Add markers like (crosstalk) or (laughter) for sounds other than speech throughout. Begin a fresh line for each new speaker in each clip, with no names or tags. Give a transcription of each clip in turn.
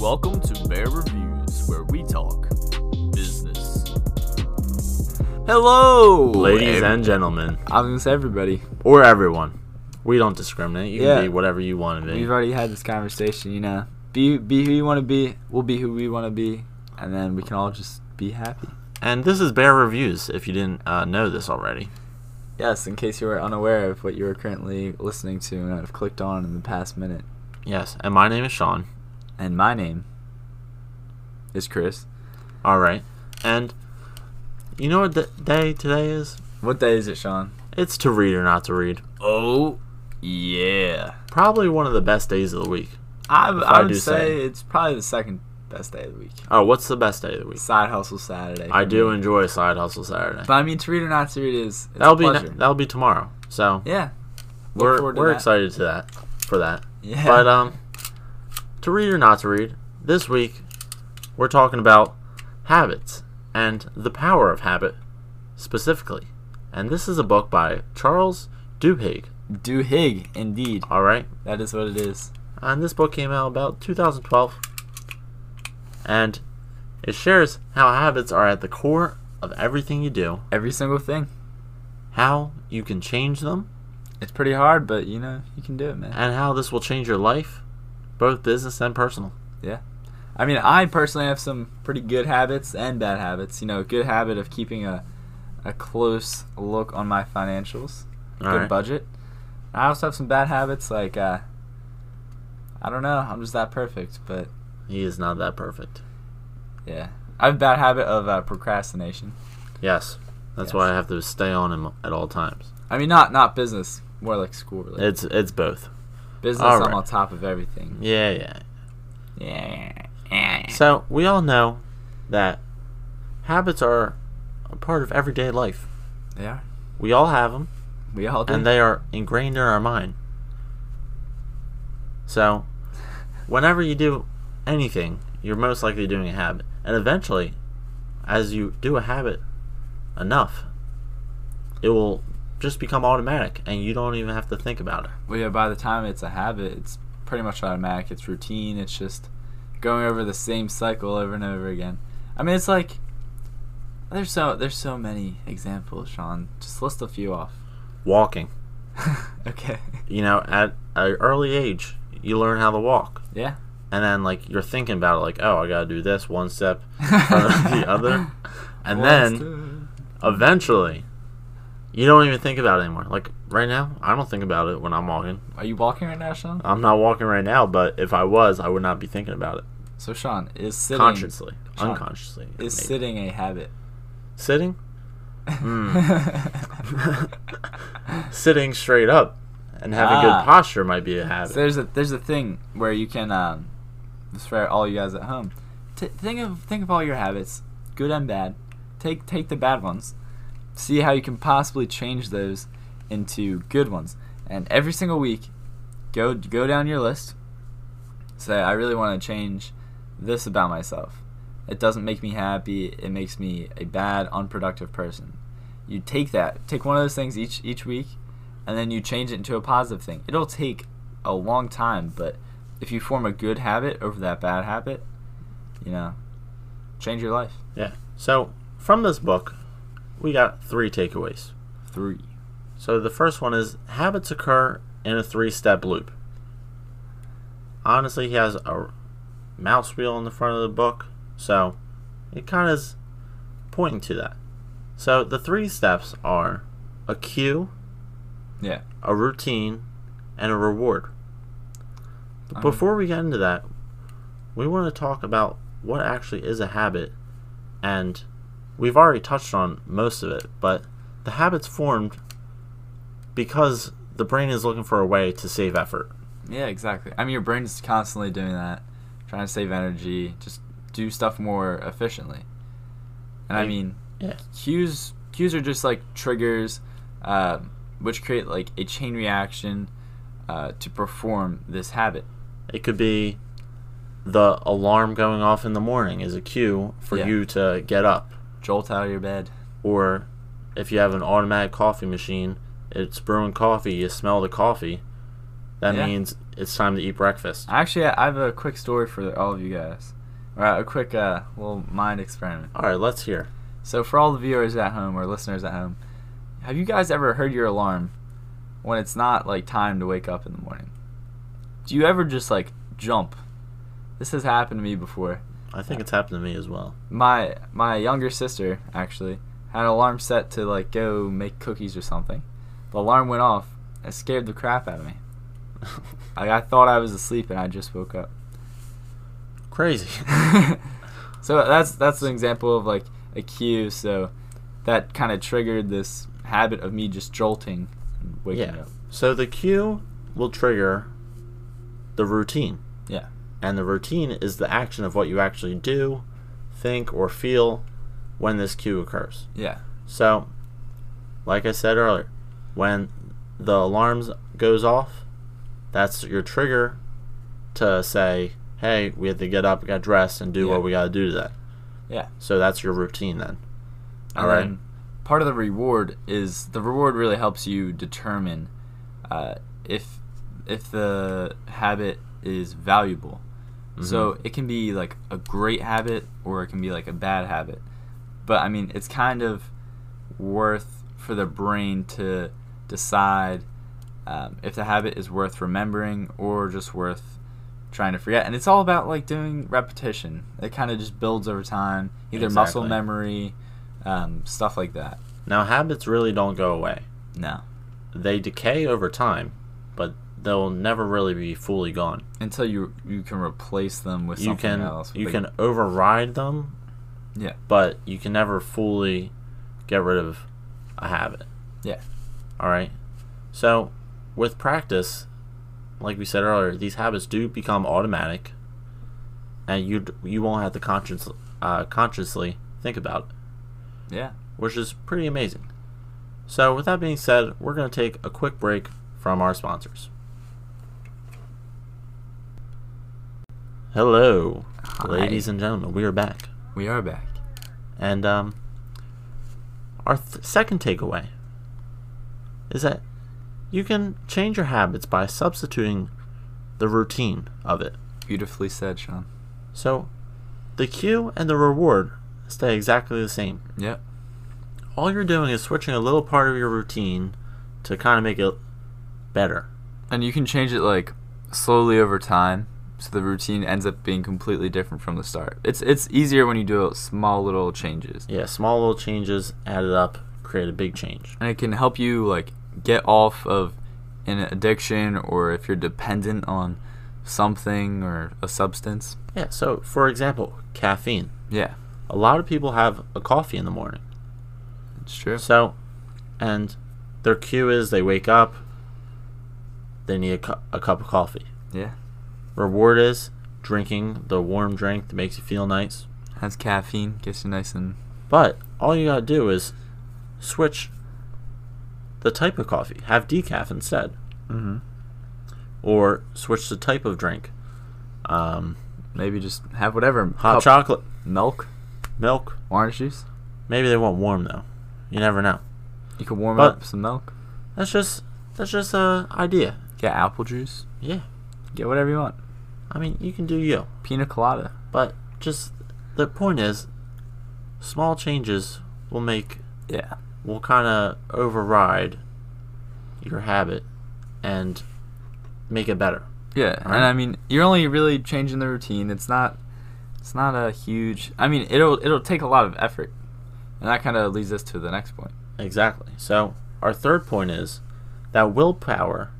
Welcome to Bear Reviews, where we talk business. Hello,
Ladies
ev-
and gentlemen,
I was gonna say everybody.
or everyone, we don't discriminate. You
Yeah.
can be whatever you want to be.
We've already had this conversation. You know, be be who you want to be. We'll be who we want to be, and then we can all just be happy.
And this is Bear Reviews, if you didn't uh, know this already.
Yes, in case you were unaware of what you are currently listening to and have clicked on in the past minute.
Yes, and my name is Sean.
And my name is Chris.
All right. And you know what the day today is?
What day is it, Sean?
It's to read or not to read.
Oh, yeah.
Probably one of the best days of the week.
I,
If
I
I
would
do
say,
say it.
it's probably the second best day of the week.
Oh, what's the best day of the week?
Side hustle Saturday.
I
for
do
me.
enjoy Side Hustle Saturday.
But I mean, to read or not to read is it's
That'll
a
be ne-
pleasure.
that'll be tomorrow. So
yeah. Look
we're
forward to
we're
that.
excited to that for that.
Yeah.
(laughs) But um, to read or not to read, this week we're talking about habits and the power of habit specifically. And this is a book by Charles Duhigg.
do hig indeed.
All right,
That is what it is.
and this book came out about 2012, and it shares how habits are at the core of everything you do,
Every single thing.
how you can change them,
It's pretty hard, but you know you can do it, man.
and how this will change your life, both business and personal.
Yeah. I mean, I personally have some pretty good habits and bad habits. You know, good habit of keeping a, a close look on my financials,
All
good
right.
budget. I also have some bad habits like uh, I don't know, I'm just that perfect, but
He is not that perfect.
yeah, I have a bad habit of uh, procrastination.
Yes. That's
Yes.
why I have to stay on him at all times.
I mean, not not business, more like school related.
It's it's both.
business,
all
I'm
right.
on top of everything.
Yeah, yeah.
Yeah. yeah.
So we all know that habits are a part of everyday life.
They are.
We all have them,
We all do.
and they are ingrained in our mind. So, whenever you do anything, you're most likely doing a habit, and eventually, as you do a habit enough, it will just become automatic, and you don't even have to think about it.
Well, yeah, by the time it's a habit, it's pretty much automatic. It's routine. It's just going over the same cycle over and over again. I mean, it's like there's so there's so many examples, Sean. Just list a few off. (laughs)
Walking.
okay.
you know, at an early age, you learn how to walk.
Yeah.
And then, like, you're thinking about it, like, oh, I gotta do this one
(laughs)
step in front of the other. And
One,
then,
two.
eventually, you don't even think about it anymore. Like, right now, I don't think about it when I'm walking.
are you walking right now, Sean?
I'm not walking right now, but if I was, I would not be thinking about it.
So Sean is sitting.
Consciously.
Sean,
unconsciously. maybe.
Is sitting a habit?
Sitting? Hmm.
(laughs)
(laughs) Sitting straight up and having
Ah.
good posture might be a habit.
So there's a there's a thing where you can um, this is for all you guys at home. T- think of think of all your habits, good and bad. Take take the bad ones, see how you can possibly change those into good ones. And every single week, go go down your list. Say I really want to change this about myself. It doesn't make me happy. It makes me a bad, unproductive person. You take that, take one of those things each each week, and then you change it into a positive thing. It'll take a long time, but if you form a good habit over that bad habit, you know, change your life.
yeah. So, from this book, we got three takeaways.
Three.
So the first one is habits occur in a three-step loop. Honestly, he has a mouse wheel in the front of the book, so it kind of is pointing to that. So the three steps are a cue,
Yeah.
a routine, and a reward. But
Um,
before we get into that, we want to talk about what actually is a habit, and we've already touched on most of it, but the habit's formed because the brain is looking for a way to save effort.
Yeah, exactly. I mean, your brain's constantly doing that, trying to save energy, just do stuff more efficiently. And I
Like-
mean,
Yeah.
cues cues are just like triggers, um, which create like a chain reaction uh, to perform this habit.
It could be the alarm going off in the morning is a cue for
Yeah.
you to get up,
Jolt out of your bed.
or if you have an automatic coffee machine, it's brewing coffee, you smell the coffee, that
Yeah.
means it's time to eat breakfast.
Actually, I have a quick story for all of you guys. All right, a quick uh, little mind experiment.
All right, let's hear.
So, for all the viewers at home or listeners at home, have you guys ever heard your alarm when it's not like time to wake up in the morning? Do you ever just like jump? This has happened to me before.
I think it's happened to me as
(laughs)
well. (laughs)
My my younger sister actually had an alarm set to like go make cookies or something. The alarm went off. It scared the crap out of me. Like I thought I was asleep and I just woke up.
Crazy. (laughs)
(laughs) so that's that's an example of like a cue. So that kind of triggered this habit of me just jolting, and waking
Yeah.
up.
So the cue will trigger the routine.
Yeah.
And the routine is the action of what you actually do, think, or feel when this cue occurs.
Yeah.
So, like I said earlier, when the alarms goes off, that's your trigger to say, "Hey, we have to get up, get dressed, and do
Yeah.
what we got to do today."
Yeah.
So that's your routine then.
And
All right.
then Part of the reward is the reward really helps you determine uh, if if the habit is valuable.
Mm-hmm.
So it can be like a great habit or it can be like a bad habit. But I mean, it's kind of worth for the brain to decide um, if the habit is worth remembering or just worth trying to forget. And it's all about like doing repetition. It kind of just builds over time, either muscle
Exactly.
memory, um, stuff like that.
Now habits really don't go away.
No,
They decay over time, but they'll never really be fully gone.
until you you can replace them with
You
something
can
else.
you
Like-
can override them,
yeah
but you can never fully get rid of a habit.
yeah
All right. So, with practice, like we said earlier, these habits do become automatic, and you d- you won't have to conscious uh, consciously think about it,
yeah.
which is pretty amazing. So, with that being said, we're going to take a quick break from our sponsors. Hello,
Hi.
ladies and gentlemen. We are back,
We are back.
and um, our th- second takeaway is that you can change your habits by substituting the routine of it.
Beautifully said, Sean.
So the cue and the reward stay exactly the same.
Yep.
All you're doing is switching a little part of your routine to kind of make it better.
And you can change it like slowly over time, so the routine ends up being completely different from the start. It's it's easier when you do small little changes,
Yeah, small little changes added up create a big change.
and it can help you like get off of an addiction or if you're dependent on something or a substance.
Yeah, so for example, caffeine.
Yeah,
A lot of people have a coffee in the morning.
it's true.
So, and their cue is they wake up, they need a, cu- a cup of coffee.
Yeah,
Reward is drinking the warm drink that makes you feel nice.
has caffeine, gets you nice and
But all you gotta do is switch the type of coffee, have decaf instead, Mm-hmm. or switch the type of drink. Um,
maybe just have whatever
hot
cup-
chocolate,
milk,
milk.
orange juice.
Maybe they want warm though. You never know.
You can warm
But-
up some milk.
That's just that's just a idea.
Get apple juice.
Yeah,
Get whatever you want.
I mean you can do you.
Pina colada.
But just the point is, small changes will make
Yeah.
will kind of override your habit and make it better.
Yeah,
Alright.
and I mean, you're only really changing the routine. It's not, it's not a huge. I mean, it'll it'll take a lot of effort, and that kind of leads us to the next point.
Exactly. So our third point is that willpower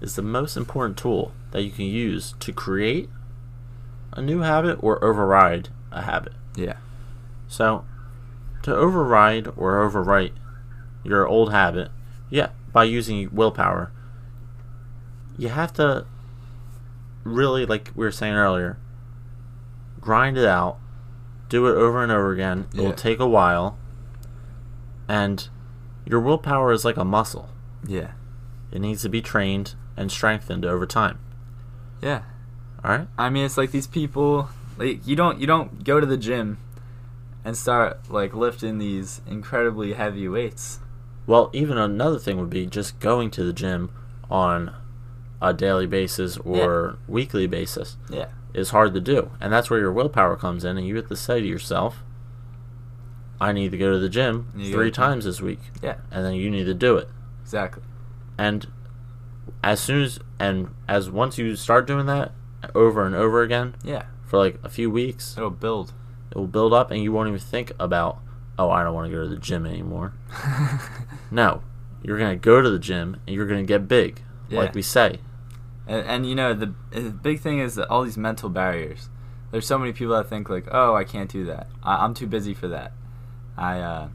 is the most important tool that you can use to create a new habit or override a habit.
Yeah,
So to override or overwrite your old habit, yeah, by using willpower, you have to really like we were saying earlier, grind it out, do it over and over again. It
Yeah.
will take a while. And your willpower is like a muscle.
yeah,
It needs to be trained and strengthened over time.
yeah.
All right?
I mean, it's like these people. Like you don't you don't go to the gym, and start like lifting these incredibly heavy weights.
Well, even another thing would be just going to the gym on a daily basis or weekly basis
Yeah.
is hard to do. And that's where your willpower comes in, and you have to say to yourself, I need to go to the gym
You
three
gotta-
times this week.
Yeah.
And then you need to do it.
Exactly.
And as soon as, and as once you start doing that over and over again
Yeah.
for like a few weeks,
It'll build.
it will build up and you won't even think about, oh, I don't want to go to the gym anymore. No, you're going to go to the gym and you're going to get big,
Yeah.
like we say.
(laughs) And, and you know the, the big thing is that all these mental barriers. There's so many people that think like, oh, I can't do that. I, I'm too busy for that. I uh,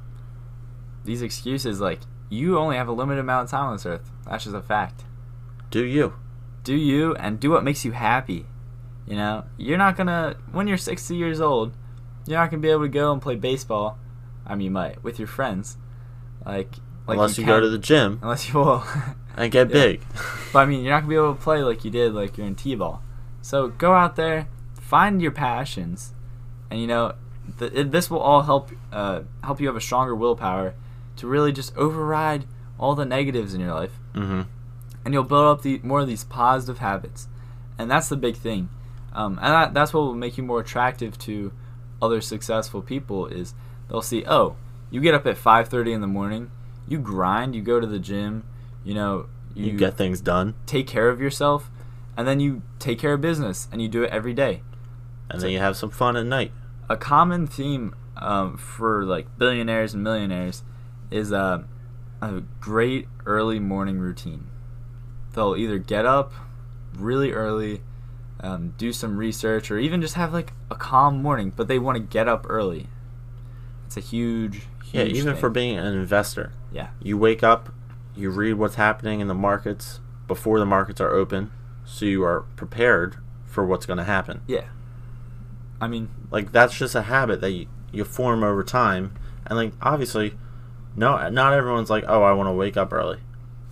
these excuses like you only have a limited amount of time on this earth. That's just a fact.
Do you?
Do you and do what makes you happy. You know, you're not gonna when you're 60 years old, you're not gonna be able to go and play baseball. I mean, you might with your friends, like like
Unless you, go
can-
to the gym
unless you (laughs) will.
and get
Yeah.
big.
(laughs) But I mean, you're not gonna be able to play like you did, like you're in t-ball. So go out there, find your passions, and you know, th- it, this will all help uh, help you have a stronger willpower to really just override all the negatives in your life,
hmm
and you'll build up the more of these positive habits, and that's the big thing, um, and that, that's what will make you more attractive to other successful people is they'll see oh you get up at 5.30 in the morning you grind you go to the gym you know
you get things done,
take care of yourself and then you take care of business and you do it every day
and
So-
then you have some fun at night.
a common theme um, for like billionaires and millionaires is uh, a great early morning routine they'll either get up really early um, do some research or even just have like a calm morning but they want to get up early it's a huge huge
yeah, even
thing.
for being an investor,
yeah
you wake up, you read what's happening in the markets before the markets are open, so you are prepared for what's going to happen.
yeah i mean
Like that's just a habit that you, you form over time, and like obviously, no, not everyone's like, oh, I want to wake up early,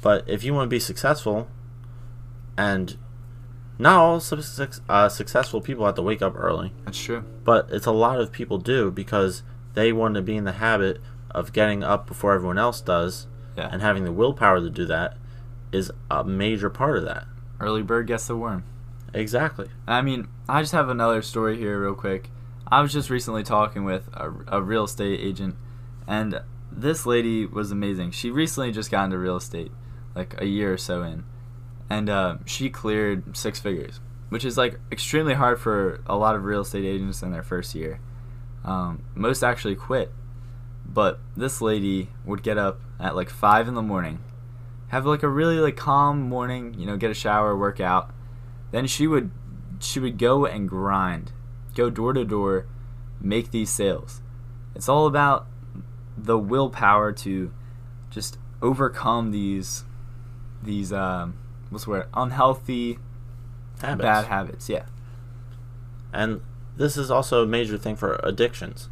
but if you want to be successful, and not all su- suc- uh, successful people have to wake up early.
that's true
but it's a lot of people do because they want to be in the habit of getting up before everyone else does
yeah
and having the willpower to do that is a major part of that
early bird gets the worm
exactly
I mean, I just have another story here, real quick. I was just recently talking with a, a real estate agent, and this lady was amazing. She recently just got into real estate, like a year or so in, and uh, she cleared six figures, which is like extremely hard for a lot of real estate agents in their first year. Um, most actually quit, but this lady would get up at like five in the morning, have like a really like calm morning, you know, get a shower, work out, then she would she would go and grind, go door to door, make these sales. It's all about the willpower to just overcome these these um, what's the word unhealthy
habits
bad habits. Yeah,
and this is also a major thing for addictions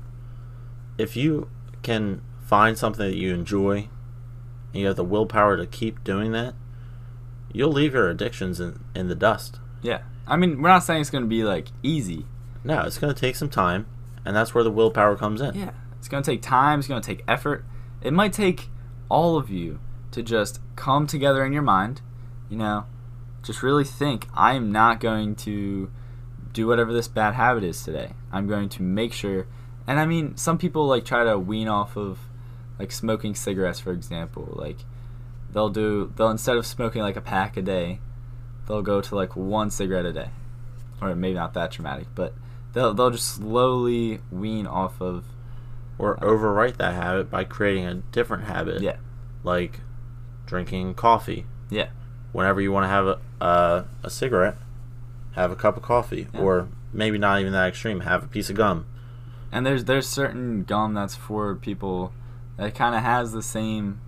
if you can find something that you enjoy and you have the willpower to keep doing that you'll leave your addictions in, in the dust
yeah. I mean, we're not saying it's going to be like easy.
no it's going to take some time and that's where the willpower comes in
Yeah, it's going to take time. It's going to take effort. It might take all of you to just come together in your mind. You know, just really think. I am not going to do whatever this bad habit is today. I'm going to make sure. And I mean, some people like try to wean off of like smoking cigarettes, for example. Like they'll do they'll instead of smoking like a pack a day, they'll go to like one cigarette a day, or maybe not that dramatic, but they'll they'll just slowly wean off of
or overwrite that habit by creating a different habit
yeah
like drinking coffee
yeah
whenever you want to have a, a, a cigarette have a cup of coffee
Yeah.
or maybe not even that extreme have a piece of gum
and there's there's certain gum that's for people that kind of has the same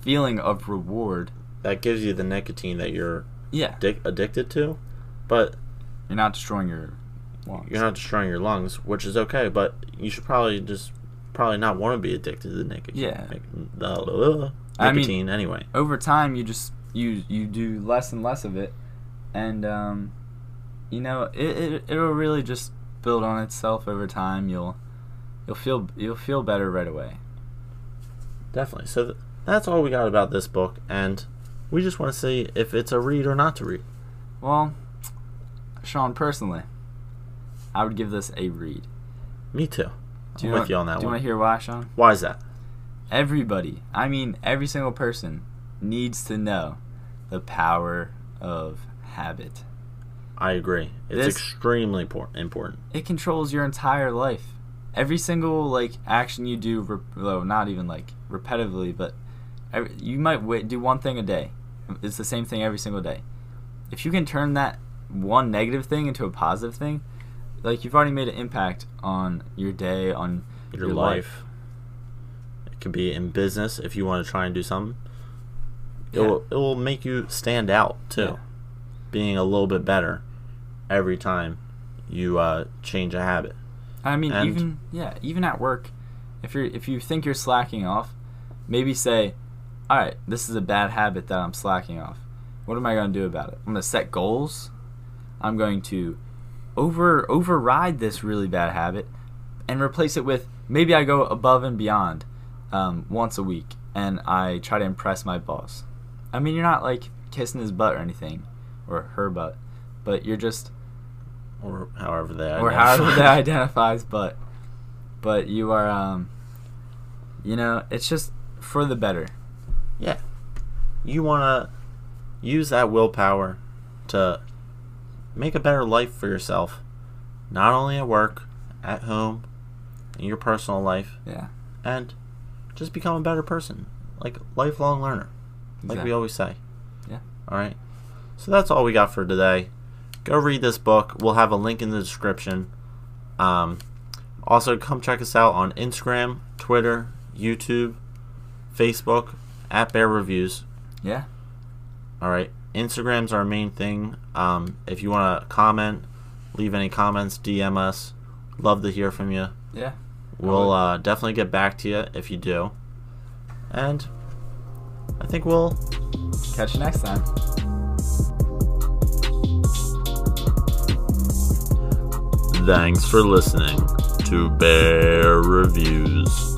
feeling of reward
that gives you the nicotine that you're
yeah
dic- addicted to but
you're not destroying your lungs
you're not destroying your lungs which is okay but you should probably just probably not want to be addicted to nicotine
Yeah.
Nic- the- uh,
I mean-
nicotine anyway
over time you just you you do less and less of it and um you know it, it it'll really just build on itself over time you'll you'll feel you'll feel better right away
definitely so th- that's all we got about this book and we just want to see if it's a read or not to read
Well, Sean, personally, I would give this a read.
Me too.
Do
I'm
wa-
with you on that
Do you
one.
want to hear why, Sean?
Why is that?
Everybody, I mean every single person, needs to know the power of habit.
I agree. It's
This-
extremely por- important.
It controls your entire life. Every single like action you do, re- well, not even like repetitively, but every, you might wait, do one thing a day. It's the same thing every single day. If you can turn that one negative thing into a positive thing, like you've already made an impact on your day, on
Your, life. It could be in business if you want to try and do something. It
Yeah.
will it will make you stand out too.
Yeah.
Being a little bit better every time you uh, change a habit.
I mean,
And-
even yeah, even at work, if you are if you think you're slacking off, maybe say, "All right, this is a bad habit that I'm slacking off. What am I going to do about it? I'm going to set goals. I'm going to over override this really bad habit and replace it with maybe I go above and beyond um, once a week and I try to impress my boss. I mean, you're not like kissing his butt or anything, or her butt, but you're just
Or however they
or
identify. (laughs)
however that identifies, but but you are um you know, it's just for the better.
Yeah. You want to use that willpower to make a better life for yourself, not only at work, at home, in your personal life,
Yeah.
and just become a better person. Like lifelong learner, like
Exactly.
we always say.
Yeah.
All right. So that's all we got for today. Go read this book. We'll have a link in the description. Um, also, come check us out on Instagram, Twitter, YouTube, Facebook, at Bear Reviews.
Yeah.
All right. Instagram's our main thing. Um, if you want to comment, leave any comments, DM us. Love to hear from you.
Yeah.
We'll uh, definitely get back to you if you do. And I think we'll
Catch you next time.
Thanks for listening to Bear Reviews.